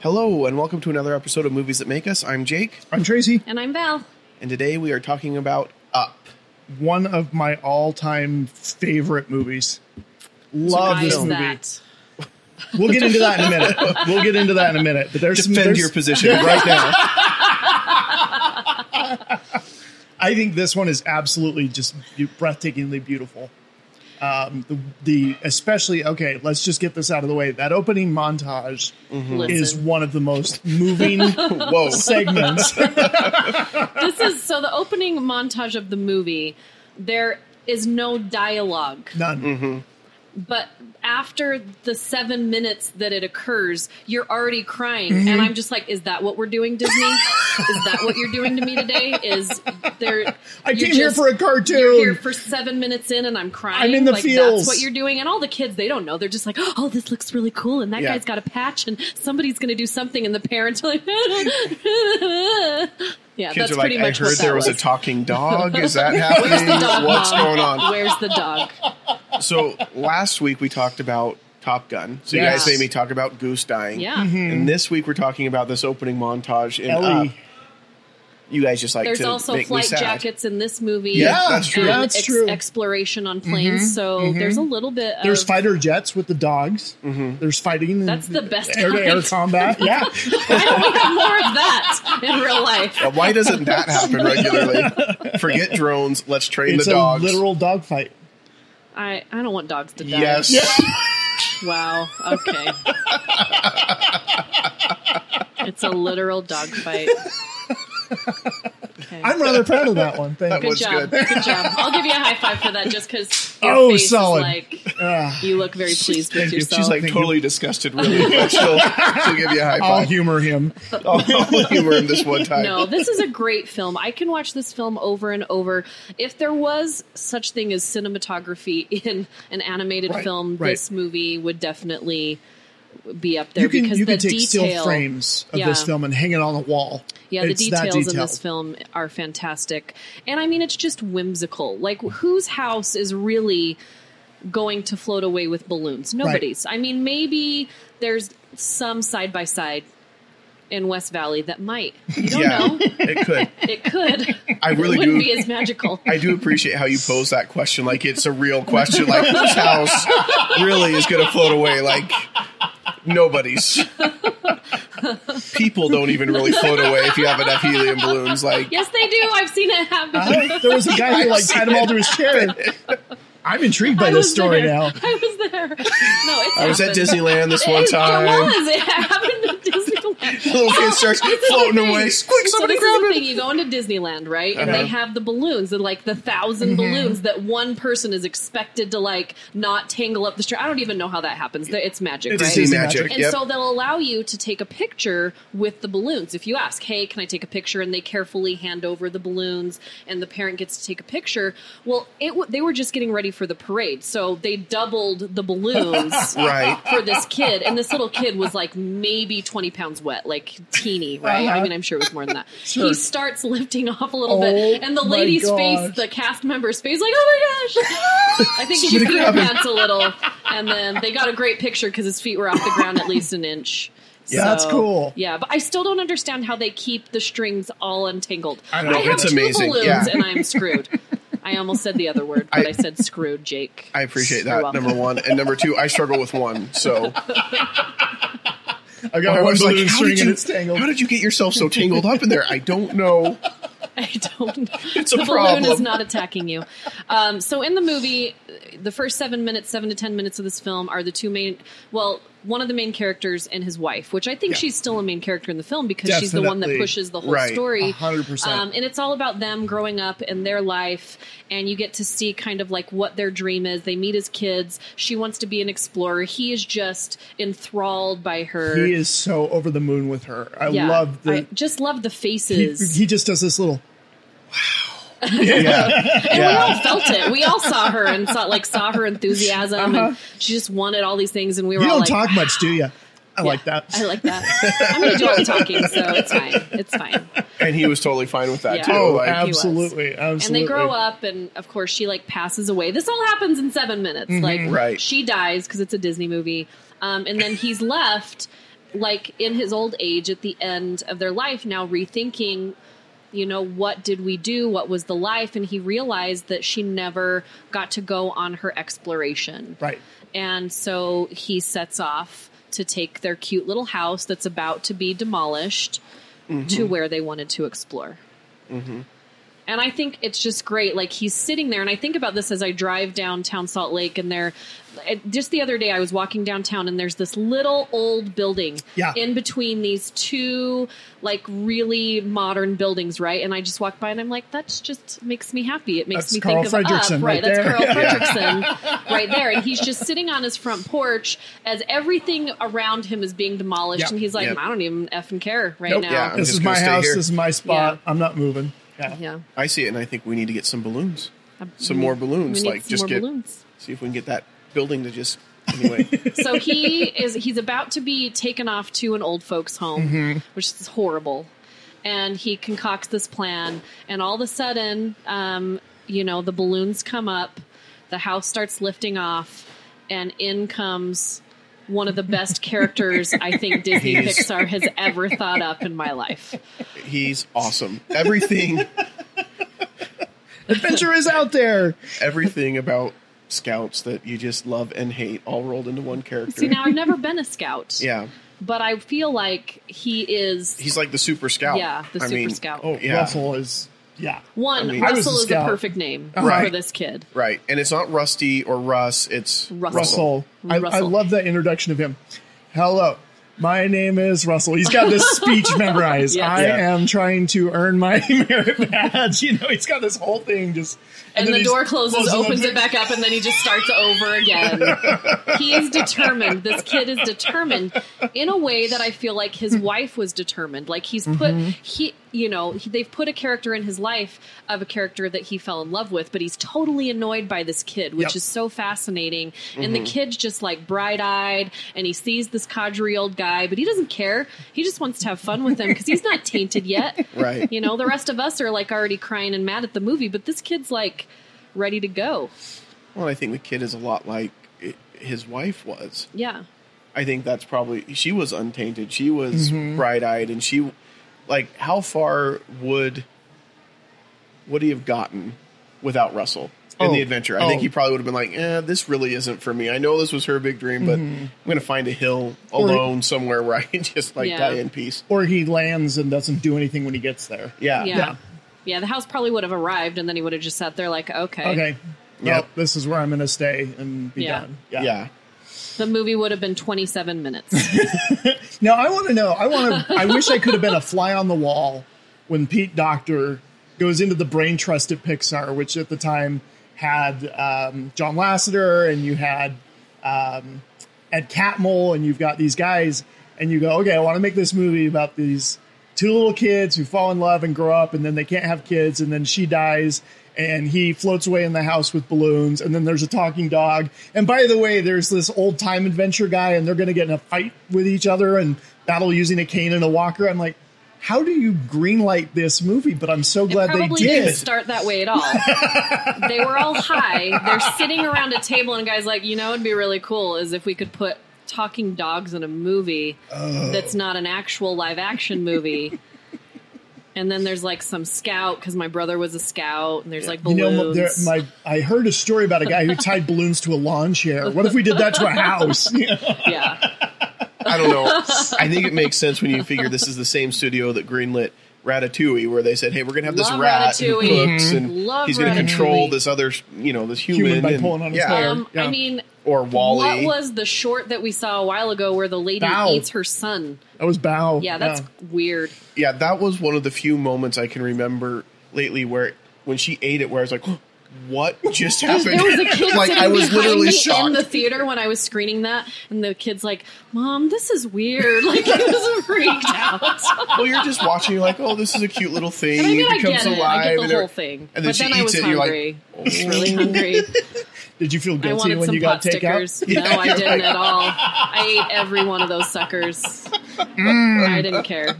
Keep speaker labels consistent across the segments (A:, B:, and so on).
A: Hello, and welcome to another episode of Movies That Make Us. I'm Jake,
B: I'm Tracy.
C: And I'm Val.
A: and today we are talking about Up.
B: One of my all-time favorite movies. Love
A: Surprise
B: this
C: Eyes
B: movie.
C: that.
B: We'll get into that in a minute. We'll get into that in a minute. But there's some,
A: Defend
B: there's-
A: your position right now.
B: I think this one is absolutely just be- breathtakingly beautiful. Um, the, the especially okay. Let's just get this out of the way. That opening montage
C: Mm-hmm. Listen,
B: is one of the most moving
A: Whoa.
B: segments.
C: this is so the opening montage of the movie. There is no dialogue,
B: None.
A: Mm-hmm.
C: but after the seven minutes that it occurs, you're already crying, and I'm just like, "Is that what we're doing, Disney? is that what you're doing to me today? Is there?
B: I
C: you're
B: came here
C: just-
B: for a cartoon.
C: You're here for seven minutes in, and I'm crying.
B: I'm in the
C: like,
B: feels.
C: That's what you're doing, and all the kids they don't know. They're just like, "Oh, this looks really cool," and that
A: Yeah.
C: guy's got a patch, and somebody's going to do something, and the parents are like, "Yeah,
A: Kids
C: that's
A: are like,
C: pretty
A: I
C: much what
A: heard
C: that
A: there was a talking dog. Is that happening?
C: dog
A: What's
C: mom?
A: going on?
C: Where's the dog?
A: So last week we talked about Top Gun. So you
B: Yes.
A: guys made me talk about Goose dying.
C: Yeah, Mm-hmm.
A: And this week we're talking about this opening montage in
B: Ellie.
A: Up. You guys just like
C: there's
A: to
C: also
A: make me
C: flight
A: sad.
C: jackets in this movie.
A: Yeah, that's true.
C: and
B: That's
C: ex-
B: true.
C: Exploration on planes, so there's a little bit.
B: There's
C: of,
B: fighter jets with the dogs.
A: Mm-hmm.
B: There's fighting. and
C: That's the best
B: air to air
C: kind.
B: combat. Yeah.
C: I don't need more of that in real life.
A: But Why doesn't that happen regularly? Forget drones. Let's train
B: it's
A: the
B: a
A: dogs.
B: literal dog fight.
C: I I don't want dogs to die.
A: yes.
C: Wow. Okay. it's a literal dogfight. Okay.
B: I'm rather proud of that one. Thank you.
C: good
A: was
C: job.
A: good.
C: Good. job. I'll give you a high five for that, just because.
B: Oh,
C: face is
B: solid.
C: like
B: Ah,
C: you look very pleased
B: Thank
C: with
B: you.
C: yourself.
A: She's like
B: Thank you.
A: totally disgusted, really. But she'll, she'll give you a high
C: Oh.
B: I'll
A: five.
B: humor him.
A: I'll humor him this one time.
C: no, this is a great film. I can watch this film over and over. If there was such thing as cinematography in an animated
B: Right,
C: film,
B: right.
C: this movie would definitely be up there
B: You can
C: because
B: you
C: the
B: can take
C: detail
B: still frames of this
C: Yeah.
B: film and hang it on the wall.
C: Yeah, the
B: It's that
C: details in
B: detail.
C: this film are fantastic. And I mean, it's just whimsical. Like, whose house is really going to float away with balloons? Nobody's. I mean, maybe there's some side by side in West Valley that might. You don't
A: yeah,
C: know.
A: it could.
C: It could.
A: I really
C: it wouldn't
A: do.
C: be as magical.
A: I do appreciate how you pose that question. Like it's a real question. Like whose house really is going to float away? Like nobody's. People don't even really float away if you have enough helium balloons. Like
C: Yes, they do. I've seen it happen.
B: Ah, there was a guy who like tied him all to his chair. I'm intrigued by
C: I
B: this
C: was
B: story
C: there.
B: now.
C: I was there. No, it's
A: I was at Disneyland this one
C: It
A: time.
C: was. It happened at Disneyland.
A: Little kid starts
C: This is the
A: floating
C: thing.
A: away. Squick!
C: So
A: Somebody
C: this is
A: grab
C: the
A: it.
C: thing. You go into Disneyland, right? And
A: Uh-huh. Mm-hmm.
C: they have the balloons, and like the 1000 balloons that one person is expected to like not tangle up the string. I don't even know how that happens. It's magic,
A: It's
C: right?
A: Disney
B: Disney
A: magic.
B: magic.
C: And
A: Yep.
C: so they'll allow you to take a picture with the balloons. If you ask, hey, can I take a picture? And they carefully hand over the balloons and the parent gets to take a picture. Well, it w- they were just getting ready for the parade. So they doubled the balloons
A: right.
C: for this kid. And this little kid was like maybe 20 pounds wet, like teeny, right?
B: Uh-huh.
C: I mean, I'm sure it was more than that.
B: Sure.
C: He starts lifting off a little
B: Oh
C: bit. And the
B: my
C: lady's
B: gosh.
C: face, the cast member's face, like, oh my gosh. I think she
A: Somebody
C: threw her
A: grab him.
C: pants a little. And then they got a great picture because his feet were off the ground at least an inch.
B: Yeah, that's cool.
C: Yeah, but I still don't understand how they keep the strings all untangled.
A: I know,
C: have
A: it's
C: two
A: amazing,
C: balloons
A: yeah.
C: and I'm screwed. I almost said the other word, but
A: I-
C: I, said screwed, Jake.
A: I appreciate
C: You're
A: that.
C: welcome.
A: Number one and number two, I struggle with one. So
B: I got
A: I
B: one
A: was like,
B: balloon
A: how
B: string
A: did,
B: and
A: you,
B: it's tangled.
A: how did you get yourself so tangled up in there? I don't know.
C: I don't.
A: It's a
C: the
A: problem.
C: balloon is not attacking you. Um, so in the movie, the first seven minutes, seven to ten minutes of this film are the two main. Well, one of the main characters and his wife, which I think
B: Yeah.
C: she's still a main character in the film because she's the one that
B: Definitely.
C: pushes the whole
A: Right.
C: story.
B: A hundred percent.
C: Um, and it's all about them growing up and their life, and you get to see kind of like what their dream is. They meet as kids. She wants to be an explorer. He is just enthralled by her.
B: He is so over the moon with her. I
C: Yeah.
B: love the.
C: I just love the
B: he,
C: faces.
B: he just does this little.
A: Yeah. yeah.
C: felt it. We all saw her and saw like saw her enthusiasm, and she just wanted all these things, and we were
B: Uh-huh. You
C: all
B: don't
C: like,
B: talk
C: "Ah,
B: much, do you? I like that.
C: I like that. I'm gonna do all the talking, so it's fine. It's fine.
A: And he was totally fine with that
C: Yeah.
A: too.
B: Oh,
A: like,
C: ab-
B: absolutely,
C: And
B: absolutely.
C: they grow up, and of course, she like passes away. This all happens
B: Mm-hmm.
C: in seven minutes. Like,
A: Right.
C: she dies because it's a Disney movie, um, and then he's left. like in his old age at the end of their life now rethinking you know what did we do what was the life and he realized that she never got to go on her exploration
B: Right.
C: and so he sets off to take their cute little house that's about to be demolished
B: Mm-hmm.
C: to where they wanted to explore. And I think it's just great. Like he's sitting there, and I think about this as I drive downtown Salt Lake, and there, it- just the other day, I was walking downtown, and there's this little old building
B: Yeah.
C: in between these two like really modern buildings, right? And I just walked by, and I'm like, that just makes me happy. It makes
B: That's
C: me
B: Carl
C: think of
B: Fredrickson right
C: up, right? That's
B: there.
C: Carl Fredrickson right there, and he's just sitting on his front porch as everything around him is being demolished,
B: Yeah.
C: and he's like,
A: Yep.
C: I don't even effing care right
B: Nope.
C: now.
A: Yeah. I'm
B: this
A: just
B: is
A: gonna
B: my
A: stay
B: house.
A: here.
B: This is my spot.
C: Yeah.
B: I'm not moving. Yeah.
C: Yeah.
A: I see it, and I think we need to get some balloons, some more balloons.
C: We need
A: like
C: some
A: just
C: more
A: get
C: balloons.
A: see if we can get that building to just anyway.
C: So he is he's about to be taken off to an old folks home,
A: Mm-hmm.
C: which is horrible. And he concocts this plan, and all of a sudden, um, you know, the balloons come up, the house starts lifting off, and in comes one of the best characters I think Disney
A: He's-
C: Pixar has ever thought up in my life.
A: He's awesome. Everything,
B: Adventure is out there.
A: everything about scouts that you just love and hate, all rolled into one character.
C: See, now I've never been a scout,
A: yeah,
C: but I feel like he is
A: he's like the super scout.
C: Yeah, the
A: I
C: super
A: mean,
C: scout.
B: Oh,
A: Yeah.
B: Russell is. Yeah.
C: one.
A: I mean- I
B: was
C: Russell
B: a
C: is the
B: scout.
C: perfect name
A: Right.
C: for this kid.
A: Right, and it's not Rusty or Russ. It's
C: Russell.
B: Russell. I, I
C: Russell.
B: love that introduction of him. Hello. My name is Russell. He's got this speech memorized.
C: Yes.
B: I
A: Yeah.
B: am trying to earn my merit badge. You know, he's got this whole thing just.
C: and,
B: then
C: the
B: he's
C: door closes,
B: closing the
C: opens
B: big-
C: it back up, and then he just starts over again. He's determined. This kid is determined in a way that I feel like his wife was determined. Like he's put he, you know, he, they've put a character in his life of a character that he fell in love with, but he's totally annoyed by this kid, which
B: Yep. Mm-hmm.
C: is so fascinating. And the kid's just like bright eyed, and he sees this codgery old guy, but he doesn't care. He just wants to have fun with him because he's not tainted yet.
A: Right.
C: You know, the rest of us are like already crying and mad at the movie, but this kid's like ready to go.
A: Well, I think the kid is a lot like i his wife was.
C: Yeah.
A: I think that's probably she was untainted. She was
B: Mm-hmm.
A: bright eyed, and she like how far would would he have gotten without Russell in
B: Oh.
A: the adventure? I think
B: Oh.
A: he probably would have been like, "Eh, this really isn't for me. I know this was her big dream, but
B: Mm-hmm.
A: I'm going to find a hill alone somewhere where I can just like
C: Yeah.
A: die in peace."
B: Or he lands and doesn't do anything when he gets there.
A: Yeah,
C: Yeah.
B: Yeah.
C: Yeah. the house probably would have arrived and then he would have just sat there like, okay.
B: Okay.
A: Yeah.
B: Well, this is where I'm going to stay and be
C: Yeah.
B: done.
A: yeah.
C: The movie would have been 27 minutes.
B: Now I want to know. I want to. I wish I could have been a fly on the wall when Pete Doctor goes into the brain trust at Pixar, which at the time had um, John Lasseter and you had um, Ed Catmull, and you've got these guys, and you go, okay, I want to make this movie about these two little kids who fall in love and grow up, and then they can't have kids, and then she dies. And he floats away in the house with balloons, and then there's a talking dog. And by the way, there's this old time adventure guy, and they're going to get in a fight with each other and battle using a cane and a walker. I'm like, how do you greenlight this movie? But I'm so glad they
C: probably didn't
B: did.
C: start that way at all. they were all high. They're sitting around a table and a guys like, you know, it'd be really cool is if we could put talking dogs in a movie
B: Oh.
C: that's not an actual live action movie. and then there's like some scout because my brother was a scout and there's like
B: You
C: balloons.
B: know, there, my I heard a story about a guy who tied balloons to a lawn chair. What if we did that to a house?
C: yeah.
A: I don't know. I think it makes sense when you figure this is the same studio that greenlit Ratatouille, where they said, "Hey, we're going to have this
C: Love
A: rat who
C: Ratatouille. Mm-hmm.
A: cooks, and
C: Love
A: he's going to control
C: Ratatouille.
A: this other, you know, this human,
B: Human by
A: and-
B: pulling on his
A: yeah.
B: hair.
C: Um,
B: Yeah.
C: I mean,
A: or Wally.
C: what was the short that we saw a while ago where the lady
B: Bow.
C: eats her son?
B: That was Bow.
C: Yeah, that's weird.
A: yeah, that was one of the few moments I can remember lately where when she ate it, where I was like, "What just happened?"
C: There was a kid
A: like
C: sitting
A: I was
C: behind
A: literally
C: me
A: shocked.
C: in the theater when I was screening that, and the kid's like, "Mom, this is weird." Like he was freaked out.
A: well, you're just watching. You're like, "Oh, this is a cute little thing."
C: I mean,
A: it
C: I
A: becomes
C: get it.
A: alive.
C: I get
A: and
C: the whole
A: everything.
C: thing.
A: And then
C: but
A: she
C: then I
A: eats
C: was
A: it, and you're like, "Oh."
C: hungry. I was really hungry.
B: Did you feel
C: I
B: guilty
C: wanted
B: when
C: some
B: you got
C: pot
B: takeout?
C: stickers. No, I didn't at all. I ate every one of those suckers.
A: Mm.
C: I didn't care.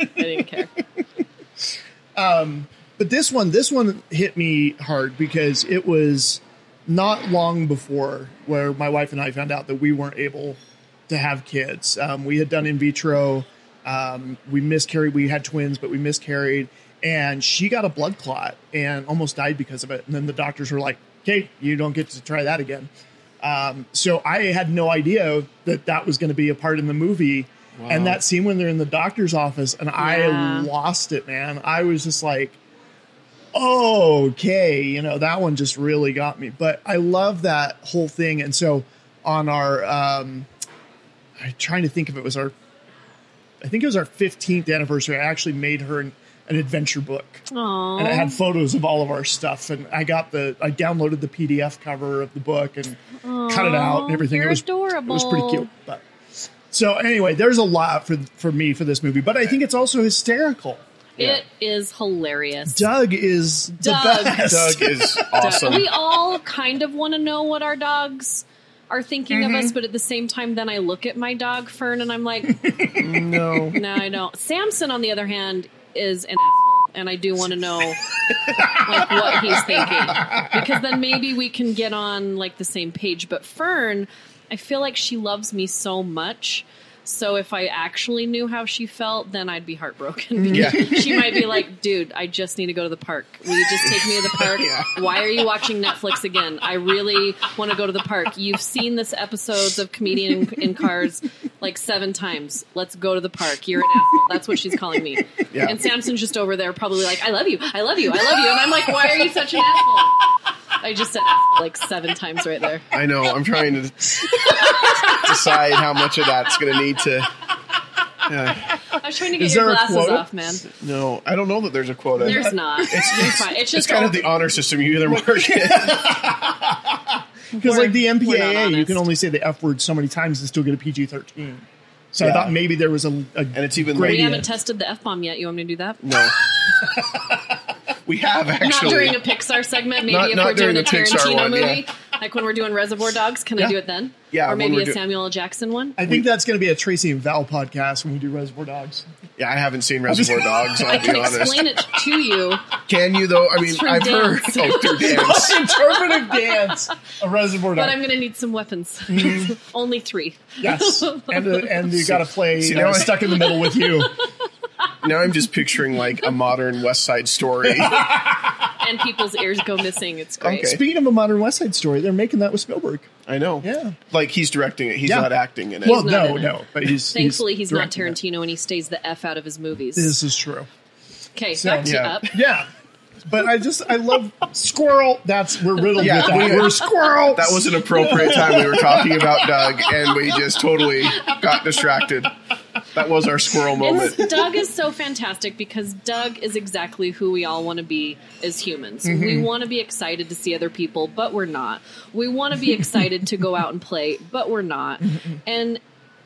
C: I didn't care.
B: But this one, this one hit me hard because it was not long before where my wife and I found out that we weren't able to have kids. Um, we had done in vitro. Um, we miscarried. We had twins, but we miscarried, and she got a blood clot and almost died because of it. And then the doctors were like, "Kate, you don't get to try that again." Um, so I had no idea that that was going to be a part in the movie. And that scene when they're in the doctor's office, and I
C: Yeah.
B: lost it, man. I was just like, okay, you know, that one just really got me. But I love that whole thing. And so on our, um, I'm trying to think if it was our, I think it was our 15th anniversary. I actually made her an, an adventure book.
C: Aww.
B: And it had photos of all of our stuff, and I got the I downloaded the PDF cover of the book and cut it out and everything.
C: you're
B: it was It was pretty
C: adorable.
B: cute, but so anyway, there's a lot for for me for this movie, but I think it's also hysterical.
C: It is hilarious.
B: Doug is
C: Doug.
B: the best.
A: Doug is awesome.
C: We all kind of want to know what our dogs are thinking of us, but at the same time, then I look at my dog Fern and I'm like,
A: no.
C: no, I don't. Samson, on the other hand, is an asshole, and I do want to know like what he's thinking because then maybe we can get on like the same page. But Fern, I feel like she loves me so much. So if I actually knew how she felt, then I'd be heartbroken.
A: Yeah.
C: she might be like, dude, I just need to go to the park. Will you just take me to the park? Why are you watching Netflix again? I really want to go to the park. You've seen this episodes of Comedian in, in Cars like seven times. Let's go to the park. You're an asshole. That's what she's calling me.
A: Yeah.
C: And Samson's just over there probably like, I love you. I love you. I love you. And I'm like, why are you such an asshole? I just said asshole like seven times right there.
A: I know. I'm trying to decide how much of that's going to need to.
C: I was trying to get
B: Is
C: your
B: there a
C: glasses
B: quote?
C: off, man.
A: No, I don't know that there's a quota.
C: There's not. It's, fine. It's
A: it's
C: just
A: kind of the honor system. You either work it.
B: Because like the
C: We're- we're not
B: MPAA, you
C: honest.
B: can only say the F word so many times and still get a PG thirteen. So I
A: Yeah.
B: thought maybe there was a, a
A: And it's even
C: we
A: like,
B: Gradient.
C: haven't tested the F bomb yet. You want me to do that?
A: no. We have actually.
C: Not during a Pixar segment, maybe
A: Not-
C: if
A: not
C: we're doing
A: during
C: a
A: the Pixar
C: Tarantino
A: one, yeah.
C: movie. Like when we're doing Reservoir Dogs, can
B: Yeah.
C: I do it then?
A: Yeah,
C: Or
A: when
C: maybe
A: we're
C: a
A: do-
C: Samuel L. Jackson one?
B: I think that's going to be a Tracy and Val podcast when we do Reservoir Dogs.
A: yeah, I haven't seen Reservoir Dogs. I'll
C: I
A: be
C: can
A: honest.
C: explain it to you.
A: Can you though? I mean,
C: through
A: I've
C: dance.
A: heard. Oh, through dance.
B: Interpretive dance, a Reservoir
C: But
B: Dogs.
C: I'm going to need some weapons.
A: Mm-hmm.
C: Only three.
B: yes, and uh, and you got to play
A: see,
B: uh,
A: now I-
B: stuck in the middle with you.
A: now I'm just picturing like a modern West Side Story.
C: And people's ears go missing. It's great.
A: Okay.
B: Speaking of a modern West Side Story, they're making that with Spielberg.
A: I know.
B: Yeah.
A: Like he's directing it. He's
B: Yeah.
A: not acting in it.
B: well,
C: not
B: no,
C: in it.
B: no, but he's
C: Thankfully, he's, not
B: directing it.
C: Tarantino and he stays the F out of his movies.
B: This is true.
C: okay,
B: so-
C: back to
A: yeah.
C: Up.
B: Yeah, but I just I love squirrel. That's we're riddled
A: Yeah,
B: with that.
A: we-
B: We, are squirrel.
A: That was an appropriate time we were talking about Doug, and we just totally got distracted. That was our squirrel moment.
C: It's, Doug is so fantastic because Doug is exactly who we all want to be as humans.
B: Mm-hmm.
C: We want to be excited to see other people, but we're not. We want to be excited to go out and play, but we're not. And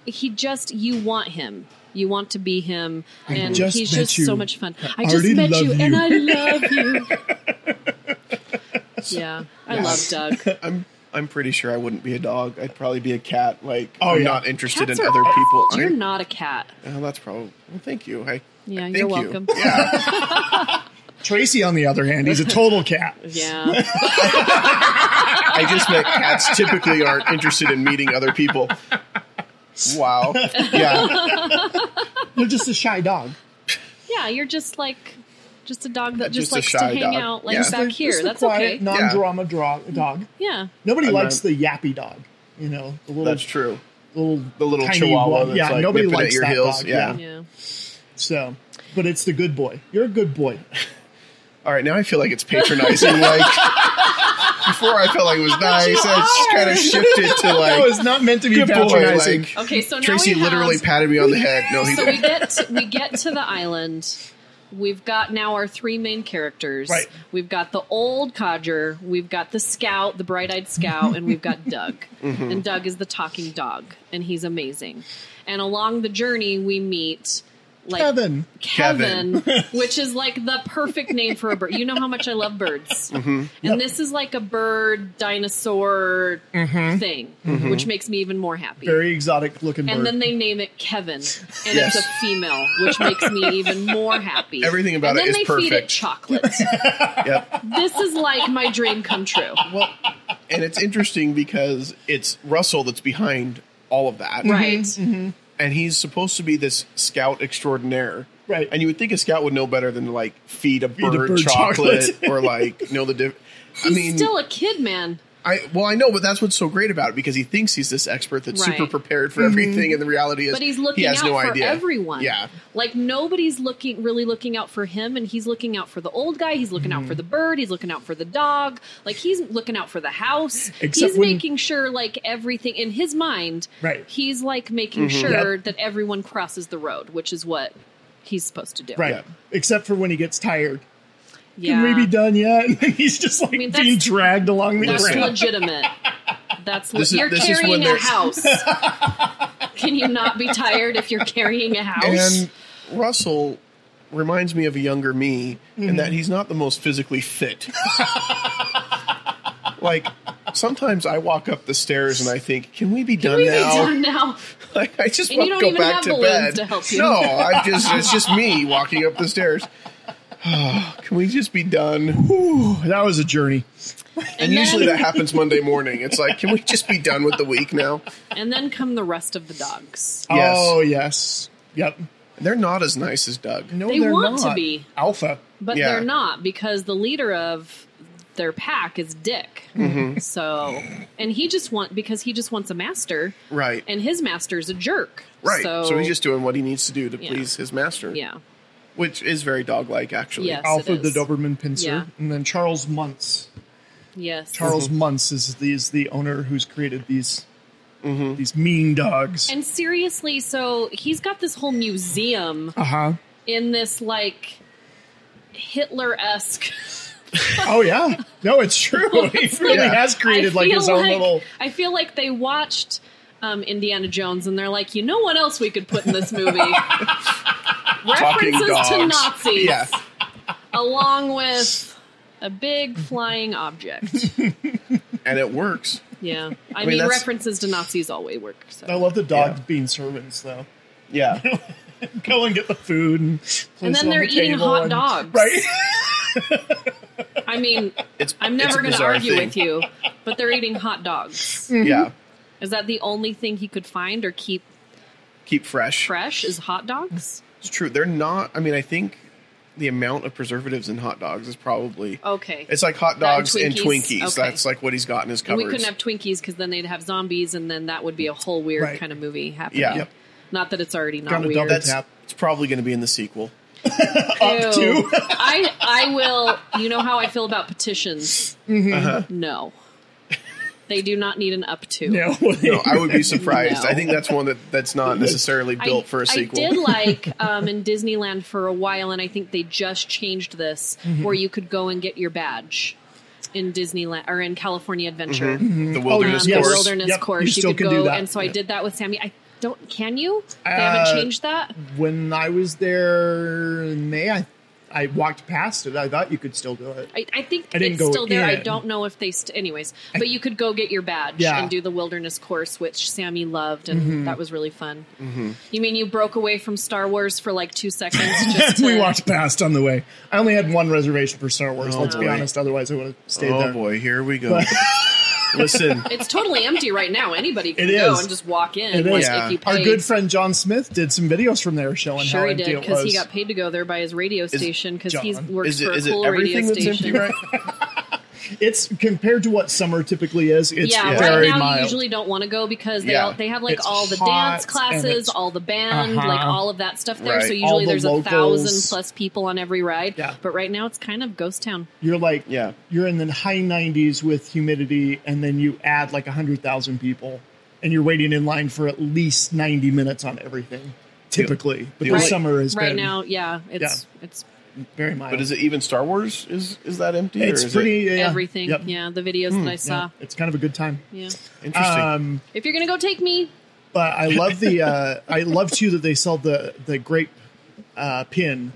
C: he just, you want him. You want to be him, and
B: just
C: he's
B: met
C: just
B: you.
C: so much fun. I,
B: I
C: just
B: already
C: met
B: love
C: you,
B: you.
C: and I love you. yeah, I love Doug.
A: I'm I'm pretty sure I wouldn't be a dog. I'd probably be a cat. Like
B: Oh,
A: I'm
B: yeah.
A: not interested
C: Cats
A: in
C: are
A: other people.
C: assholes. You're
A: I'm-
C: not a cat.
A: Oh, that's probably. Well, thank you. I,
C: Yeah,
A: I
C: you're
A: thank you.
C: welcome.
A: Yeah,
B: Tracy, on the other hand, he's a total cat.
C: Yeah.
A: I just meant cats typically aren't interested in meeting other people. Wow. Yeah.
B: They're just a shy dog.
C: Yeah, you're just like just a dog that
A: just
C: just,
A: a
C: likes to
A: shy
C: hang
A: dog.
C: out, like
A: Yeah.
C: back
A: Just a-
C: here.
B: Just a
C: That's
B: quiet,
C: okay.
B: Non-drama dra- dog.
C: yeah,
B: Nobody
A: I'm
B: likes
A: not-
B: the yappy dog. You know, the little
A: That's true.
B: little
A: The little
B: tiny
A: chihuahua
B: one.
A: that's
B: Yeah,
A: like
B: nobody
A: nipping at
B: likes
A: your
B: that
A: heels.
B: dog.
A: Yeah.
C: yeah.
B: So, but it's the good boy. You're a good boy.
A: All right, now I feel like it's patronizing. like before, I felt like it was nice. and It's kind of shifted to
B: That
A: like
B: was not meant to be
A: good boy.
B: patronizing.
A: Like
C: Okay, so now
A: Tracy
C: we have,
A: literally patted me on the head. No, he
C: So we get to, we get to the island. We've got now our three main characters.
B: Right.
C: We've got the old codger, we've got the scout, the bright-eyed scout, and we've got Doug.
A: Mm-hmm.
C: And Doug is the talking dog, and he's amazing. And along the journey, we meet like
B: Kevin.
C: Kevin, which is like the perfect name for a bird. You know how much I love birds.
A: Mm-hmm.
C: And this is like a bird dinosaur thing,
A: Mm-hmm.
C: which makes me even more happy.
B: Very exotic looking
C: and
B: bird.
C: then they name it Kevin, and
A: Yes.
C: it's a female, which makes me even more happy.
A: Everything about
C: and
A: it
C: then
A: is
C: they feed it
A: perfect.
C: chocolate.
A: Yep.
C: this is like my dream come true.
A: Well, and it's interesting because it's Russell that's behind all of that.
C: Right.
A: And he's supposed to be this scout extraordinaire.
B: Right.
A: And you would think a scout would know better than to like feed a bird,
B: a bird
A: chocolate,
B: chocolate.
A: or like know the diff I
C: He's
A: mean
C: still a kid, man.
A: I well I know, but that's what's so great about it because he thinks he's this expert that's
C: Right. Mm-hmm.
A: super prepared for everything and the reality is
C: But he's looking
A: he has
C: out
A: no
C: for
A: idea.
C: everyone.
A: Yeah.
C: Like nobody's looking really looking out for him and he's looking out for the old guy, he's looking out
A: Mm-hmm.
C: for the bird, he's looking out for the dog, like he's looking out for the house.
B: Except
C: he's
B: when-
C: making sure like everything in his mind,
B: Right.
C: he's like making
A: Mm-hmm.
C: sure that everyone crosses the road, which is what he's supposed to do.
B: Right.
A: Yeah.
B: Except for when he gets tired. Can
C: Yeah.
B: we be done yet? And then he's just like
C: mean, that's-
B: being dragged along the
C: That's
A: Listen.
B: ground.
C: legitimate. That's le-
A: This is-
C: you're
A: this is when
C: carrying a
A: they're-
C: house. Can you not be tired if you're carrying a house?
A: And Russell reminds me of a younger me
C: Mm-hmm.
A: in that he's not the most physically fit. like sometimes I walk up the stairs and I think, "Can we be done
C: Can we be
A: now?"
C: done now?
A: Like I just
C: And you
A: want to
C: don't
A: go
C: even
A: back
C: have
A: to
C: balloons
A: bed.
C: to help you.
A: No, I'm just it's just me walking up the stairs. Can we just be done?
B: Ooh, that was a journey.
A: And
C: then-
A: usually that happens Monday morning. It's like, can we just be done with the week now?
C: And then come the rest of the dogs.
A: Yes.
B: Oh yes. Yep.
A: They're not as nice as Doug.
B: No,
C: They
B: they're
C: want to
B: not.
C: be.
B: alpha.
C: But
A: Yeah.
C: they're not because the leader of their pack is Dick.
A: Mm-hmm.
C: So, and he just want because he just wants a master,
A: Right.
C: and his master's a jerk.
A: right.
C: So,
A: So, he's just doing what he needs to do to
C: Yeah.
A: please his master.
C: yeah.
A: Which is very dog like actually.
C: Yes.
B: Alpha
C: it
B: the
C: is.
B: Doberman Pinscher,
C: Yeah.
B: and then Charles Muntz.
C: Yes.
B: Charles
A: Mm-hmm.
B: Muntz is the, is the owner who's created these
A: Mm-hmm.
B: these mean dogs.
C: And seriously, so he's got this whole museum
B: Uh huh.
C: in this like Hitler esque.
B: Oh yeah. No, it's true. he really
A: Yeah.
B: has created like his own little.
C: I feel like they watched um, Indiana Jones and they're like, you know what else we could put in this movie?
A: Talking
C: References to
A: dogs.
C: Nazis,
A: Yeah.
C: along with a big flying object.
A: And it works.
C: Yeah, I,
A: mean,
C: mean,
A: that's-
C: references to Nazis always work. So.
B: I love the dogs
A: Yeah.
B: being servants though.
A: Yeah.
B: Go and get the food, and,
C: and
B: place it
C: then
B: on
C: they're
B: the
C: eating
B: table
C: hot
B: and-
C: dogs.
B: right?
C: I mean,
A: It's
C: I'm
A: it's
C: never
A: a
C: going to
A: bizarre
C: argue
A: thing. Mm.
C: with you, but they're eating hot dogs.
A: Yeah.
C: Is that the only thing he could find or keep
A: Keep fresh.
C: fresh is hot dogs?
A: It's true. They're not. I mean, I think the amount of preservatives in hot dogs is probably.
C: Okay.
A: It's like hot
C: Oh. That and
A: dogs and Twinkies.
C: Twinkies. Okay.
A: That's like what he's got in his
C: and we
A: cupboards.
C: couldn't have Twinkies because then they'd have zombies, and then that would be a whole weird
B: Right.
C: kind of movie happening.
A: Yeah. Yep.
C: Not that it's already not
B: Gonna
C: weird.
B: double
A: That's
B: Tap.
A: it's probably going to be in the sequel.
B: up
C: Ew.
B: to.
C: I I will. You know how I feel about petitions.
B: Mm-hmm.
A: Uh-huh.
C: No, they do not need an up to.
B: No,
A: No, I would be surprised.
C: No.
A: I think that's one that that's not necessarily
C: I-
A: built for a sequel.
C: I did like um, in Disneyland for a while, and I think they just changed this
B: Mm-hmm.
C: where you could go and get your badge in Disneyland or in California Adventure.
A: the wilderness
B: Yes.
C: um, the
A: Mm-hmm. course.
C: wilderness
B: Mm-hmm. Yep,
C: course.
B: you
C: You,
B: still
C: could
B: can
C: go,
B: do that.
C: and so I did that with Sammy. I don't. Can you? They
B: Uh,
C: haven't changed that.
B: when I was there in May, I I walked past it. I thought you could still do it.
C: I, I think
B: I didn't
C: it's
B: go
C: still there. I
B: in.
C: don't know if they. St- anyways, but you could go get your badge
B: Yeah. Mm-hmm.
C: and do the wilderness course, which Sammy loved, and that was really fun.
A: Mm-hmm.
C: You mean you broke away from Star Wars for like two seconds? Just to,
B: we walked past on the way. I only had one reservation for Star Wars.
A: Oh,
B: let's be
A: boy.
B: honest. Otherwise, I would have stayed
A: Oh
B: there.
A: boy, here we go. Listen,
C: It's totally empty right now. Anybody can
B: It
C: go
B: is.
C: and just walk in.
B: It
C: like,
B: is.
A: Yeah.
C: if you
B: Our
C: paid.
B: good friend John Smith did some videos from there showing
C: Sure,
B: how
C: he
B: empty
C: did
B: it
C: because
B: was.
C: he got paid to go there by his radio station because he
B: John.
C: works
A: is it
C: for
A: is
C: a
A: it
C: cool radio
A: everything that's
C: station.
A: empty? Right?
B: it's compared to what summer typically is. It's
C: yeah,
B: very
C: right now
B: mild.
C: you usually don't want to go because they
A: Yeah.
C: all, they have like
B: It's
C: all the
B: hot
C: dance
B: and
C: classes,
B: it's-
C: all the band,
B: Uh-huh.
C: like all of that stuff there.
A: Right.
C: So
A: All
C: usually
B: the
C: there's a
B: locals.
C: thousand plus people on every ride.
B: Yeah.
C: But right now it's kind of ghost town.
B: You're like
A: Yeah.
B: You're in the high 90s with humidity, and then you add like hundred thousand people, and you're waiting in line for at least 90 minutes on everything. Typically, but
A: the
B: the
A: only-
B: summer has
C: right
B: been
C: now, yeah, it's it's
B: very mild.
A: But is it even Star Wars? Is is that empty? or
B: It's
A: is
B: pretty yeah, yeah.
C: everything.
B: Yep. Hmm,
C: Yeah, the videos that I
B: Yeah.
C: saw.
B: It's kind of a good time.
C: Yeah.
A: It interesting.
B: Um,
C: If you're gonna go take me,
B: but I love the uh, I love too that they sell the the grape uh, pin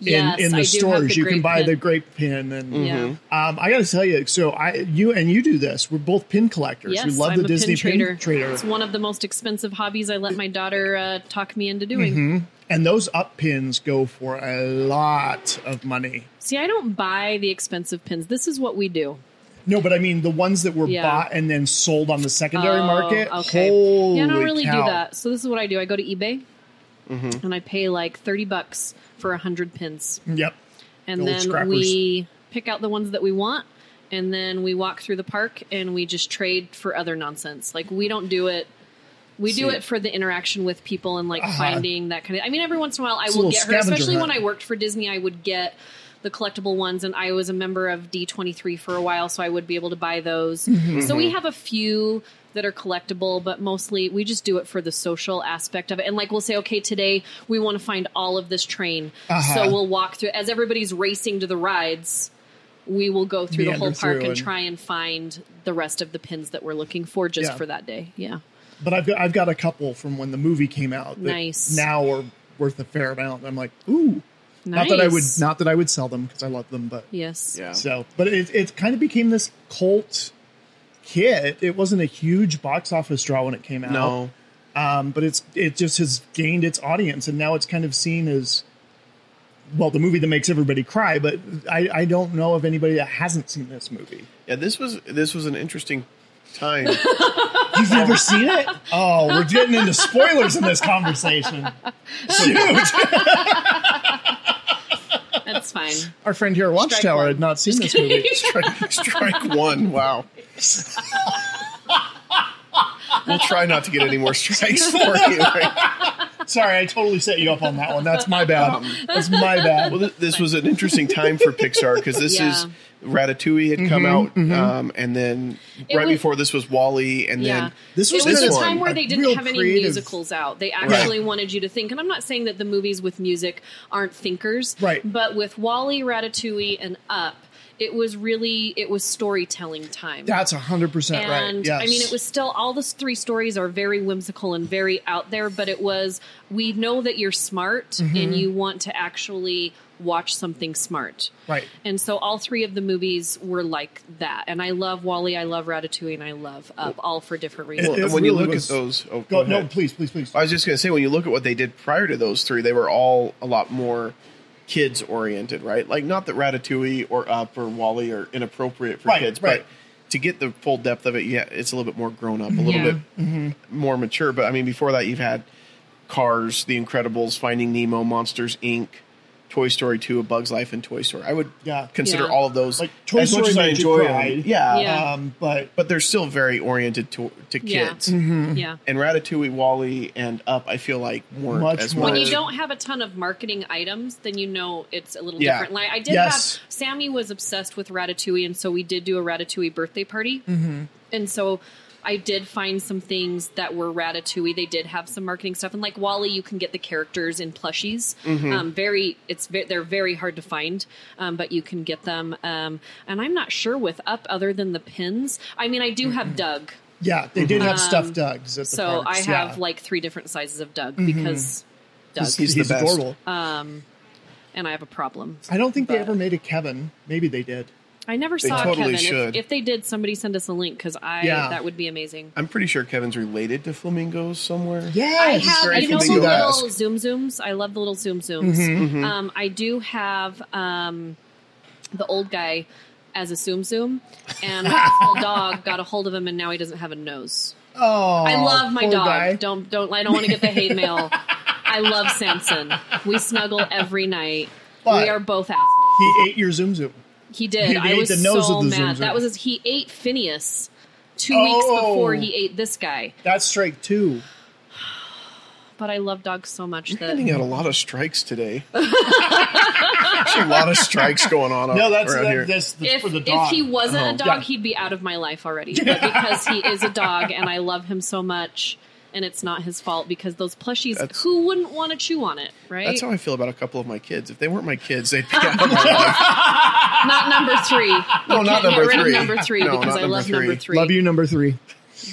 B: in
C: yes,
B: in the
C: I do have
B: stores.
C: the
B: you can
C: grape
B: buy
C: pin.
B: the grape pin and
C: Yeah.
B: Um, I got to tell you, so I, you and you do this. We're both pin collectors.
C: Yes,
B: we love
C: I'm
B: the
C: a
B: Disney
C: pin trader.
B: trader.
C: It's one of the most expensive hobbies I let my daughter uh, talk me into doing.
B: Mm-hmm. and those up pins go for a lot of money.
C: See, I don't buy the expensive pins. This is what we do.
B: No, but I mean the ones that were
C: Yeah.
B: bought and then sold on the secondary
C: Oh,
B: market.
C: Okay.
B: Holy
C: yeah, I don't really
B: cow. Mm-hmm.
C: do that. So this is what I do. I go to eBay and I pay like thirty bucks for a hundred pins,
B: Yep.
C: and
B: Old
C: then
B: scrappers.
C: we pick out the ones that we want, and then we walk through the park and we just trade for other nonsense. Like we don't do it. We do
A: See.
C: it for the interaction with people and like
B: Uh-huh.
C: finding that kind of. I mean, every once in a while I
B: It's a
C: will
B: little
C: get her,
B: scavenger
C: especially when
B: hunt.
C: I worked for Disney. I would get the collectible ones, and I was a member of D23 for a while, so I would be able to buy those.
B: Mm-hmm.
C: So we have a few that are collectible, but mostly we just do it for the social aspect of it. And like we'll say, okay, today we want to find all of this train,
B: Uh-huh.
C: so we'll walk through as everybody's racing to the rides. We will go through the
B: Meander
C: whole park
B: through
C: and
B: and-
C: try and find the rest of the pins that we're looking for just
B: Yeah.
C: for that day. Yeah.
B: But I've got I've got a couple from when the movie came out. That
C: Nice.
B: Now are worth a fair amount. I'm like, ooh. Not that I would
C: Nice.
B: not that I would sell them because I love them, but
C: Yes.
A: Yeah.
B: So, but it, it kind of became this cult hit. It wasn't a huge box office draw when it came out.
A: No.
B: Um, but it's it just has gained its audience, and now it's kind of seen as well the movie that makes everybody cry. But I, I don't know of anybody that hasn't seen this movie.
A: Yeah, this was this was an interesting time.
B: You've never seen it? Oh, we're getting into spoilers in this conversation. Shoot.
C: That's fine.
B: Our friend here at
C: Strike
B: Watchtower
C: one.
B: had not seen this movie.
A: strike, strike one. Wow. we'll try not to get any more strikes for you.
B: Sorry, I totally set you up on that one. That's my bad. That's my bad.
A: Well, th- this was an interesting time for Pixar because this is
C: Yeah.
A: Ratatouille had come out, Um, and then
C: It
A: right
C: was-
A: before this was Wally, and
C: Yeah.
A: then
B: This was
C: it was
A: this
C: a
A: one,
C: time where
B: a
C: they didn't
B: real
C: have any
B: creative-
C: musicals out. They actually wanted you to think. And I'm not saying that the movies with music aren't thinkers.
B: Right.
C: But with Wally, Ratatouille, and Up, it was really it was storytelling time.
B: That's hundred percent right.
C: and
B: Yes.
C: I mean, it was still all the three stories are very whimsical and very out there, but it was we know that you're smart
B: Mm-hmm.
C: and you want to actually watch something smart.
B: right.
C: And so all three of the movies were like that. And I love Wally, I love Ratatouille, and I love Up, all for different reasons.
A: and
B: it
A: when you
B: really
A: look
B: was-
A: at those. Oh,
B: Go,
A: go
B: no,
A: ahead.
B: please, please, please.
A: I was just going to say when you look at what they did prior to those three, they were all a lot more kids oriented, right? Like not that Ratatouille or Up or Wally are inappropriate for
B: Right,
A: kids,
B: right.
A: but to get the full depth of it, yeah, it's a little bit more grown up, a little
C: Yeah.
A: bit more mature. But I mean, before that, you've had Cars, The Incredibles, Finding Nemo, Monsters Inc. Toy Story 2, A Bug's Life, and Toy Story. I would
B: Yeah.
A: consider
C: Yeah.
A: all of those
B: Like, Toy
A: as much
B: Story
A: as I
B: made you
A: enjoy
B: cry.
A: them. Yeah,
C: Yeah.
B: Um, but
A: but they're still very oriented to, to kids.
C: Yeah.
B: Mm-hmm.
C: Mm-hmm. Yeah.
A: And Ratatouille, Wally, and Up, I feel like weren't
B: Much
A: as
B: more.
A: much.
C: When you don't have a ton of marketing items, then you know it's a little
A: Yeah.
C: different. Like I did
B: Yes.
C: have Sammy was obsessed with Ratatouille, and so we did do a Ratatouille birthday party, mm-hmm. and so I did find some things that were Ratatouille. They did have some marketing stuff, and like Wally, you can get the characters in plushies.
B: Mm-hmm.
C: Um, very, it's ve- they're very hard to find, um, but you can get them. Um, and I'm not sure with up other than the pins. I mean, I do have Doug.
B: yeah, they did have
C: Um,
B: stuffed dugs at the
C: So
B: parks,
C: I have
B: yeah. Mm-hmm.
C: like three different sizes of Doug because Doug.
A: He's-
B: he's,
A: the best.
B: adorable.
C: and I have a problem.
B: I don't think they
C: Uh, but-
B: ever made a Kevin. Maybe they did.
C: I never saw
A: totally
C: Kevin. If-
A: should.
C: If, they did, somebody send us a link because I
B: Yeah.
C: that would be amazing.
A: I'm pretty sure Kevin's related to flamingos somewhere.
C: I
B: Yes,
C: have
A: very
C: you know the
A: familiar.
C: little zoom zooms. I love the little zoom zooms.
B: Mm-hmm.
C: Um, I do have um, the old guy as a zoom zoom, and my little dog got a hold of him, and now he doesn't have a nose.
B: Oh,
C: I love my
B: poor
C: dog.
B: guy.
C: Don't don't. I don't want to get the hate mail. I love Samson. We snuggle every night.
B: But-
C: we are both assholes.
B: He ate your zoom zoom.
C: He did.
B: He
C: I
B: ate
C: was
B: the nose
C: so
B: of the
C: mad.
B: Zoom Zoom.
C: That was his, he ate Phineas two
B: Oh.
C: weeks before he ate this guy.
B: That's strike two.
C: But I love dogs so much
A: I
C: that
A: think had a lot of strikes today. There's a lot of strikes going on
B: No, that's
A: around
B: that,
A: Oh, here.
B: that's the,
C: if
B: for the
C: if
B: dog.
C: he wasn't
A: Oh.
C: a dog,
B: Yeah.
C: he'd be out of my life already. But because he is a dog and I love him so much, and it's not his fault because those plushies,
A: That's-
C: who wouldn't want to chew on it, right?
A: That's how I feel about a couple of my kids. If they weren't my kids, they'd be out of my life.
C: Not number three.
A: No, not
C: Get
A: number
C: rid
A: three.
C: of number three
A: No,
C: because
A: not
C: I
A: number
C: love
A: three.
C: number three.
B: Love you, number three.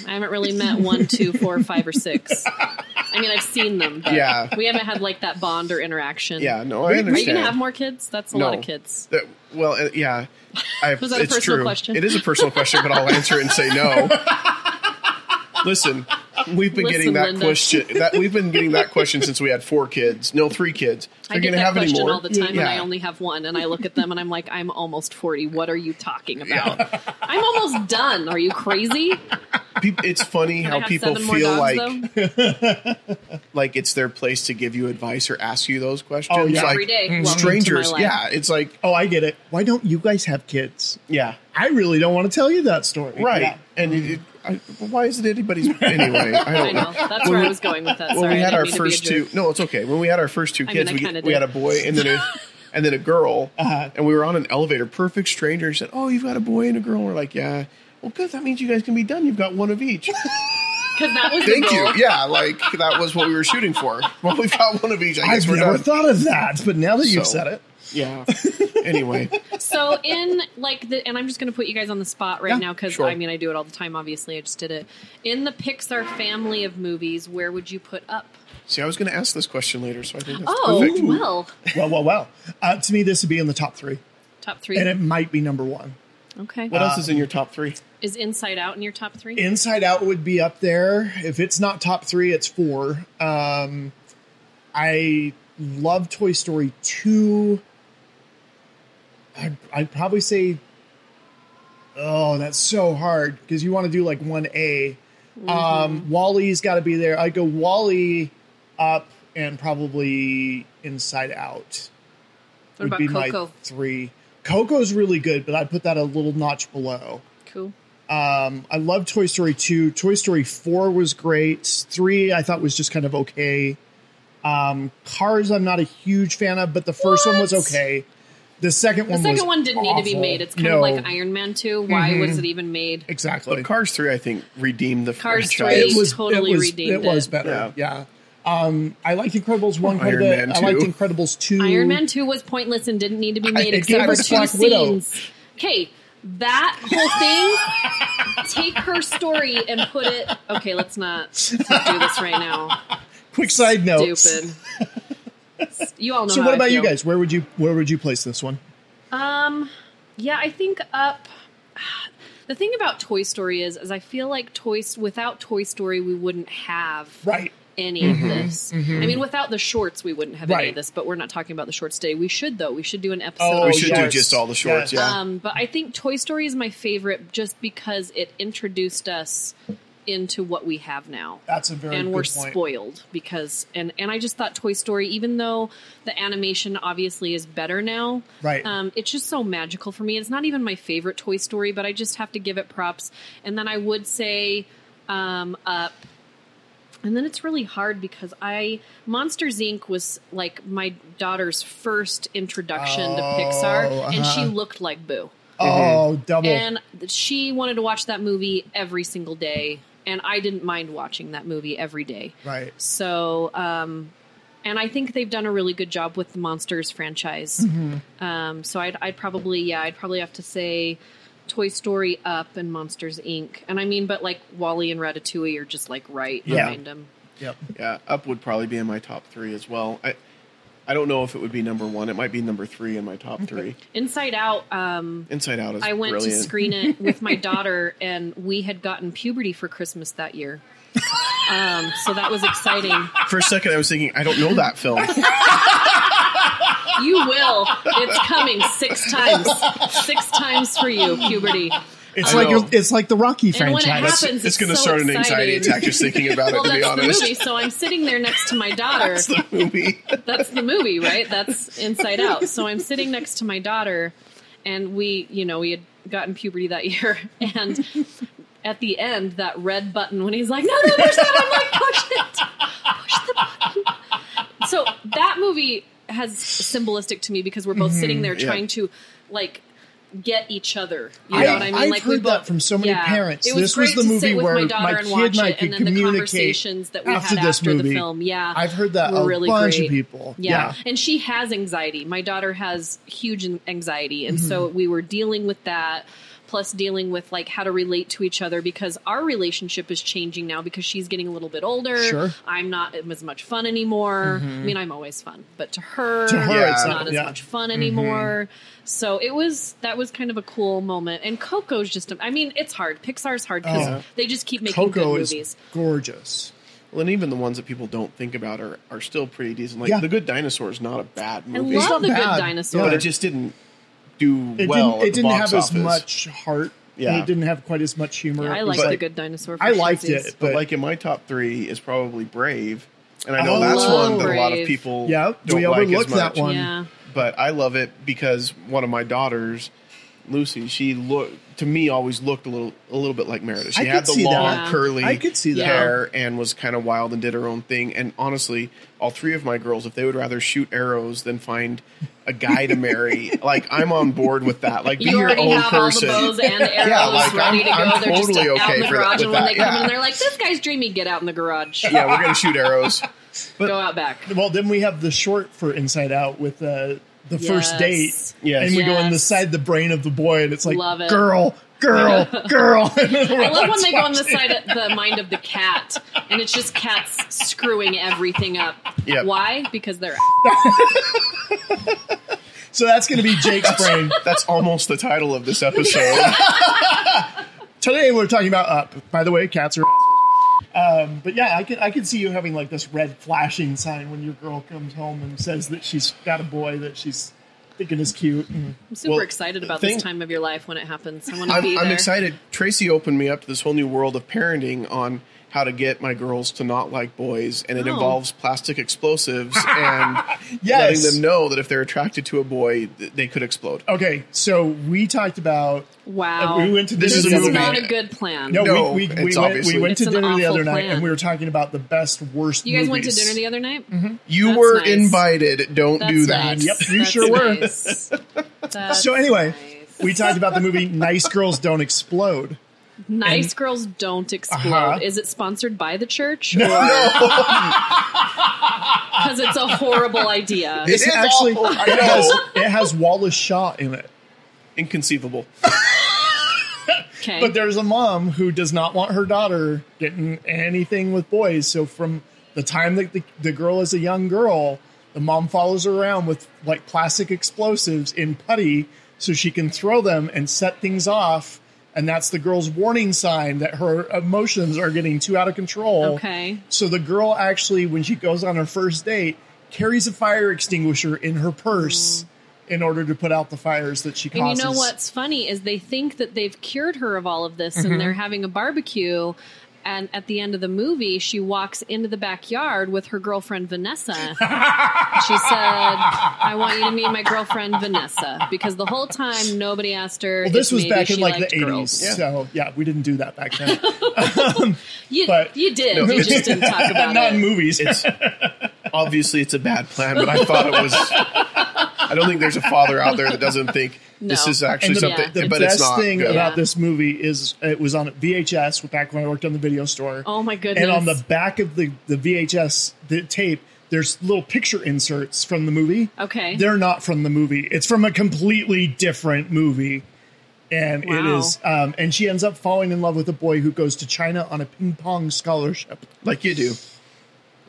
C: I haven't really met one, two, four, five, or six. I mean, I've seen them, but
A: Yeah.
C: we haven't had like that bond or interaction.
A: Yeah, no, I understand.
C: Are you going to have more kids? That's a
A: no.
C: lot of kids.
A: That- well, uh, yeah. I,
C: Was that a
A: it's
C: personal
A: true.
C: question?
A: It is a personal question, but I'll answer it and say no. Listen, We've been
C: Listen,
A: getting that
C: Linda.
A: question. That we've been getting that question since we had four kids. No, three kids.
C: I
A: They're
C: get
A: gonna
C: that
A: have any
C: question
A: more?
C: all the time, and
A: Yeah.
C: I only have one. And I look at them, and I'm like, I'm almost forty. What are you talking about? I'm almost done. Are you crazy?
A: Peop- it's funny
C: Can I
A: how
C: have
A: people
C: seven more
A: feel
C: dogs,
A: like
C: though?
A: like it's their place to give you advice or ask you those questions.
B: Oh, yeah.
A: like,
C: every day. Welcome to my
A: Strangers,
C: life.
A: yeah. It's like,
B: Oh, I get it. Why don't you guys have kids?
A: yeah,
B: I really don't want to tell you that story.
A: right.
B: Yeah.
A: And it, it, I, why is it anybody's anyway? I don't
C: I know. That's where I was going with that. Sorry,
A: when we
C: I
A: had
C: didn't
A: our
C: mean to be a
A: first two
C: jerk.
A: no it's okay when we had our first two
C: mean,
A: kids
C: I
A: we,
C: kinda
A: we had a
C: did.
A: boy and then a and then a girl
B: Uh-huh.
A: and we were on an elevator perfect stranger said oh you've got a boy and a girl we're like yeah well good that means you guys can be done you've got one of each
C: 'Cause that was
A: thank
C: the goal.
A: you yeah like that was what we were shooting for well we've got one of each i guess
B: I've
A: we're
B: never
A: done
B: thought of that, but now that you've
A: So-
B: said it,
A: yeah anyway
C: so in like the and i'm just going to put you guys on the spot right
B: Yeah,
C: now because
A: sure.
C: i mean i do it all the time obviously i just did it in the pixar family of movies where would you put up
A: see i was going to ask this question later so i think that's
C: oh
A: perfect
C: well
B: well, well, well. Uh, to me, this would be in the top three,
C: top three
B: and it might be number one.
C: okay
A: what else is in your top three
C: is inside out in your top three
B: Inside Out would be up there. If it's not top three, it's four. Um, I love Toy Story two. I'd, I'd probably say, oh, that's so hard because you want to do like one A. Um, Wally's got to be there. I'd go Wally up and probably Inside Out
C: what about
B: would be
C: coco
B: my three. Coco's really good, but I'd put that a little notch below.
C: cool
B: Um, I love Toy Story 2. Toy Story 4 was great. 3 I thought was just kind of okay. Um, Cars I'm not a huge fan of, but the first one was
C: What?
B: okay. The second
C: the
B: one was
C: second one didn't need to be
B: awful. Mm-hmm.
C: made it's kind
B: No,
C: of like iron man 2 why was it even made
B: Exactly.
A: but cars 3 i think redeemed the
C: Cars
A: franchise.
C: three. totally
B: it was,
C: redeemed
B: It was
C: it.
B: better. Yeah. Um, I liked Incredibles 1 quite a
A: Iron
B: bit.
A: Man
B: I liked
A: 2.
B: Incredibles 2.
C: iron man 2 was pointless and didn't need to be made
B: it
C: except
B: gave
C: for
B: us
C: two
B: Black Widow.
C: scenes okay that whole thing take her story and put it okay let's not do this right now
B: Quick side note.
C: stupid. you all know.
B: So
C: how
B: what
C: I
B: about you
C: feel.
B: guys? Where would you where would you place this one?
C: Um, yeah, I think up. The thing about Toy Story is, is I feel like toys without Toy Story we wouldn't have
B: Right.
C: any of this. I mean, without the shorts we wouldn't have any
B: Mm-hmm. Right.
C: of this. But we're not talking about the shorts today. We should though. We should do an episode.
B: Oh,
C: on
A: we should
B: yes.
A: do just all the shorts
B: Yes.
A: yeah
C: Um, but I think Toy Story is my favorite just because it introduced us into what we have now.
B: That's a very
C: and
B: good
C: we're
B: point.
C: spoiled because and and I just thought Toy Story, even though the animation obviously is better now,
B: Right.
C: Um, it's just so magical for me. It's not even my favorite Toy Story, but I just have to give it props. And then I would say um, up. And then it's really hard because I Monsters Inc. was like my daughter's first introduction to
B: Oh,
C: Pixar, and she
B: uh-huh.
C: looked like Boo.
B: Oh, double.
C: And she wanted to watch that movie every single day, and I didn't mind watching that movie every day.
B: right.
C: So, um, and I think they've done a really good job with the Monsters franchise. Um, so I'd, I'd probably, yeah, I'd probably have to say Toy Story up and Monsters Inc. And I mean, but like Wally and Ratatouille are just like right
B: Yeah.
C: behind them.
B: Yep.
A: Yeah, Up would probably be in my top three as well. I, I don't know if it would be number one. It might be number three in my top three.
C: Inside Out, um,
A: Inside Out is
C: I went
A: brilliant.
C: to screen it with my daughter, and we had gotten puberty for Christmas that year. Um, so that was exciting.
A: For a second, I was thinking, I don't know that film.
C: You will. It's coming six times. Six times for you, puberty.
B: It's
A: I
B: like
A: know.
B: it's like the Rocky
C: And when it
B: franchise.
C: happens,
A: it's
C: it's
A: going to
C: so
A: start an anxiety
C: exciting.
A: attack just thinking about
C: Well,
A: it. To be
C: that's the
A: honest,
C: movie. So I'm sitting there next to my daughter.
A: it's the movie.
C: That's the movie, right? That's Inside Out. So I'm sitting next to my daughter, and we, you know, we had gotten puberty that year, and at the end, that red button when he's like, "No, no, there's that," I'm like, "Push it, push the button." So that movie has symbolistic to me because we're both sitting there
A: Mm-hmm. yeah.
C: trying to, like. Get each other. You
B: I,
C: know what I mean?
B: have
C: like we
B: heard that
C: both-
B: from so many
C: yeah.
B: parents.
C: It was
B: this
C: great
B: was the
C: to
B: movie
C: sit with
B: where
C: my, daughter
B: my
C: and
B: kid
C: watch
B: and I
C: it,
B: could
C: and then the
B: communicate
C: conversations that we
B: after
C: had
B: this
C: after
B: movie.
C: the film. Yeah,
B: I've heard that
C: were
B: a
C: really
B: bunch of
C: great.
B: people.
C: Yeah.
B: Yeah.
C: and she
B: Mm-hmm.
C: has anxiety. My daughter has huge an- anxiety, and so we were dealing with that. plus dealing with like how to relate to each other because our relationship is changing now because she's getting a little bit older.
B: Sure. Mm-hmm.
C: I'm not as much fun anymore. I mean, I'm always fun, but to her,
B: To her,
C: it's
A: yeah,
C: not as
B: yeah. Mm-hmm.
C: much fun anymore. So it was that was kind of a cool moment. And Coco's just I mean, it's hard. Pixar's hard because
B: Oh.
C: they just keep making
B: Coco
C: good
B: is
C: movies.
B: gorgeous.
A: Well, and even the ones that people don't think about are, are still pretty decent. Like
B: Yeah.
A: The Good Dinosaur is not a bad
C: I
A: movie,
B: It's
C: love
B: not
C: the
B: bad.
C: good dinosaur.
A: but it just didn't do
B: It
A: well.
B: didn't.
A: at
B: It
A: the
B: didn't have
A: box
B: as
A: office.
B: much heart. and
A: Yeah.
B: It didn't have quite as much humor.
C: Yeah, I
B: It was
C: liked the
A: like-
C: good dinosaur. for
B: I liked
C: shitsies.
B: it,
A: But
B: But-
A: like in my top three is probably Brave, and I know
B: Oh,
A: that's one that a lot
C: Brave.
A: of people
B: Yeah,
A: don't
B: we
A: like as
B: overlooked that
A: much.
B: one.
C: Yeah.
A: But I love it because one of my daughters, Lucy, she look to me always looked a little a little bit like Meredith.
B: I
A: She
B: could
A: had the
B: see
A: long
C: that.
A: curly
B: I could see that.
A: hair and was kind of wild and did her own thing. And honestly, all three of my girls, if they would rather shoot arrows than find a guy to marry, like I'm on board with that. Like be
C: You
A: your
C: already
A: own
C: have
A: person.
C: all the bows and arrows
A: like,
C: ready to go.
A: I'm- I'm
C: they're
A: totally
C: just out in
A: okay
C: the
A: for
C: garage,
A: that-
C: and
A: with
C: when they
A: that,
C: come
A: yeah.
C: in, they're like, "This guy's dreamy. Get out in the garage.
A: yeah, we're gonna shoot arrows.
C: Go out back."
B: Well, then we have the short for Inside Out with the the first
C: Yes.
B: date,
A: Yes.
B: and we go
C: Yes.
B: inside the brain of the boy, and it's like
C: Love it.
B: girl, girl, girl. I
C: I love when they go on the side of the mind of the cat, and it's just cats screwing everything up.
A: Yep.
C: Why? Because they're
B: So that's going to be Jake's brain.
A: That's almost the title of this episode.
B: Today we're talking about up. By the way, cats are. Um, but yeah, I can I can see you having like this red flashing sign when your girl comes home and says that she's got a boy that she's thinking is cute. Mm-hmm.
C: I'm super
A: Well,
C: excited about
A: thing-
C: this time of your life when it happens. I want to
A: I'm,
C: be there.
A: I'm excited. Tracy opened me up to this whole new world of parenting on how to get my girls to not like boys, and it
C: Oh.
A: involves plastic explosives and
B: Yes.
A: letting them know that if they're attracted to a boy, th- they could explode.
B: Okay, so we talked about
C: Wow,
B: We went to
A: This
B: dinner
A: is
B: the
A: a
C: It's
B: other
A: movie.
C: not
B: night.
C: a good plan.
B: No,
A: No,
B: we, we, we
A: it's
B: went, we
A: obviously-
B: went to
C: It's an
B: dinner the other
C: awful
B: night and
C: plan.
B: we were talking about the best worst.
C: you guys went to
B: movies.
C: dinner the other night.
A: You
C: That's
A: were
C: nice.
A: invited. Don't
C: That's
A: Mm-hmm. do that.
C: Nice.
B: Yep, you
C: That's
B: sure were.
C: nice. That's
B: So anyway,
C: nice.
B: we talked about the movie Nice Girls Don't Explode.
C: Nice girls don't explode.
B: Uh-huh.
C: Is it sponsored by the church? Because it's a horrible idea.
A: It is
B: actually
A: awful. I
B: it has,
A: know.
B: it has Wallace Shaw in it.
A: Inconceivable.
C: Okay.
B: But there's a mom who does not want her daughter getting anything with boys. So from the time that the, the girl is a young girl, the mom follows her around with like plastic explosives in putty so she can throw them and set things off. And that's the girl's warning sign that her emotions are getting too out of control.
C: okay.
B: So the girl actually, when she goes on her first date, carries a fire extinguisher in her purse in order to put out the fires that she
C: Mm. And
B: causes.
C: you know what's funny is they think that they've cured her of all of this
B: Mm-hmm.
C: and they're having a barbecue. And at the end of the movie, she walks into the backyard with her girlfriend Vanessa. she said, I want you to meet my girlfriend Vanessa. Because the whole time, nobody asked her.
B: Well, this
C: if
B: was
C: maybe
B: back in
C: she
B: like the
C: liked
B: 80s.
C: girls.
B: So, yeah, we didn't do that back then.
C: You,
B: But-
C: you did. You just didn't talk about
B: Not
C: it.
B: in movies.
A: It's obviously it's a bad plan, but I thought it was. I don't think there's a father out there that doesn't think this
C: No.
A: is actually
B: And the,
A: something.
B: the
A: but
B: best
A: it's not
B: thing
A: good.
B: about
C: Yeah.
B: this movie is it was on VHS back when I worked on the video store.
C: Oh, my goodness.
B: and on the back of the, the VHS the tape, there's little picture inserts from the movie.
C: Okay.
B: They're not from the movie. It's from a completely different movie. And it
C: Wow.
B: is um, and she ends up falling in love with a boy who goes to China on a ping pong scholarship.
A: like you do.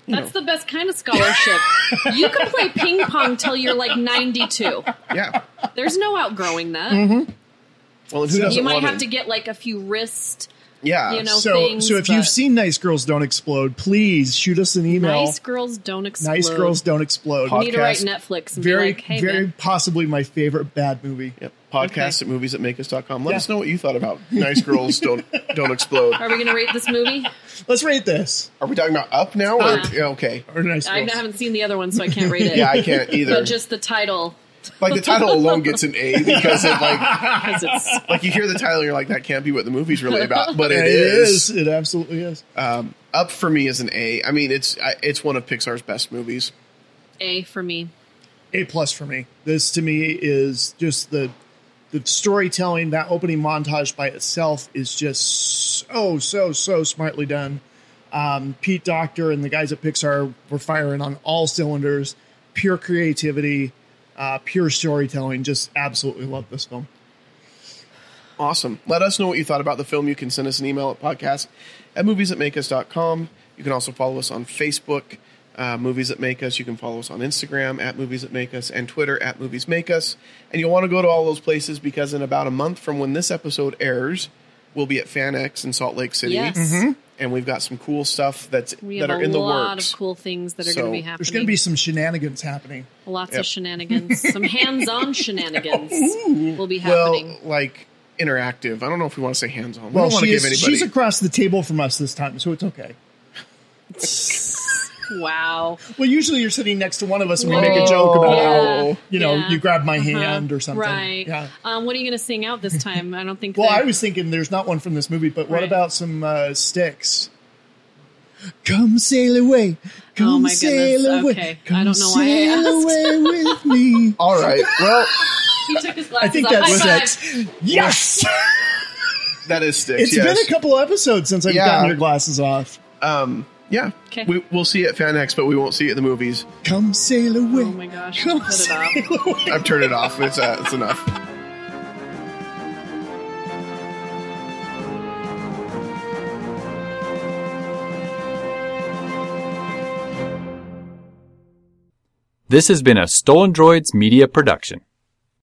C: That's the best kind of scholarship. you can play ping pong till you're like 92.
A: Yeah.
C: There's no outgrowing that.
A: Mm-hmm. Well, and who doesn't
C: You might
A: want
C: have to get like a few wrist
A: Yeah.
C: you know,
B: so
C: things,
B: so if
C: but-
B: you've seen Nice Girls Don't Explode, please shoot us an email.
C: nice girls don't explode.
B: Nice Girls Don't Explode.
C: You need to write
A: podcast.
C: Netflix and
B: Very
C: be like, hey,
B: very
C: man,
B: possibly my favorite bad movie.
A: Yep. Podcast at movies at makeus.com. Let us know what you thought about Nice Girls Don't Don't Explode.
C: are we going to rate this movie?
B: Let's rate this.
A: Are we talking about up now? Or,
C: Uh-huh.
A: yeah, okay.
B: Or Nice
C: I
B: Girls.
C: haven't seen the other one, so I can't rate it.
A: Yeah, I can't either.
C: but just the title
A: like the title alone gets an A because it like
C: because it's
A: like you hear the title, you're like, that can't be what the movie's really about, but
B: it
A: it is.
B: is. It absolutely is.
A: Um, up for me is an A. I mean, it's I- it's one of Pixar's best movies.
C: A for me.
B: A plus for me. This to me is just the the storytelling. That opening montage by itself is just so so so smartly done. Um, Pete Doctor and the guys at Pixar were firing on all cylinders. Pure creativity, uh, pure storytelling. Just absolutely love this film.
A: Awesome. Let us know what you thought about the film. You can send us an email at podcast at movies at makeus.com. You can also follow us on Facebook, uh, Movies That Make Us. You can follow us on Instagram at Movies That Make Us and Twitter at Movies Make Us. And you'll want to go to all those places because in about a month from when this episode airs, we'll be at FanX in Salt Lake City.
C: Yes.
B: Mm-hmm.
A: And we've got some cool stuff that's
C: We
A: that
C: have
A: are
C: a
A: in the
C: lot
A: works.
C: of cool things that are
A: So,
C: going to be
A: there's
C: happening.
B: There's going to be some shenanigans happening.
C: lots
A: Yep.
C: of shenanigans, some hands-on shenanigans will be happening.
A: well, like interactive. I don't know if we want to say hands on.
B: Well,
A: we don't want to
B: she
A: give
B: is,
A: anybody.
B: she's across the table from us this time, so it's okay.
C: wow.
B: Well, usually you're sitting next to one of us and we make a joke about
A: Yeah.
B: how, you know,
C: Oh, Yeah.
B: you grab my
C: Uh-huh.
B: hand or something.
C: Right.
B: Yeah.
C: Um, what are you going to sing out this time? I don't think.
B: Well,
C: that-
B: I was thinking there's not one from this movie, but what
C: Right.
B: about some uh, sticks? Come sail away. Come
C: Oh my goodness.
B: sail away.
C: Okay. I
B: Come
C: don't know why I
B: sail
C: asked.
B: away with me.
A: All right. Well,
C: He took his
B: I
C: glasses
B: think
C: off.
B: that's
C: High five.
B: it. Yes.
A: that is sticks.
B: It's
A: yes.
B: been a couple episodes since I've
A: Yeah.
B: gotten your glasses off.
A: Um, yeah.
C: 'Kay.
A: We, we'll see it at FanX, but we won't see it in the movies.
B: Come sail away.
C: Oh my gosh!
B: Come
C: Cut it off.
B: sail away.
A: I've turned it off. It's, uh, it's enough.
D: This has been a Stolen Droids Media Production.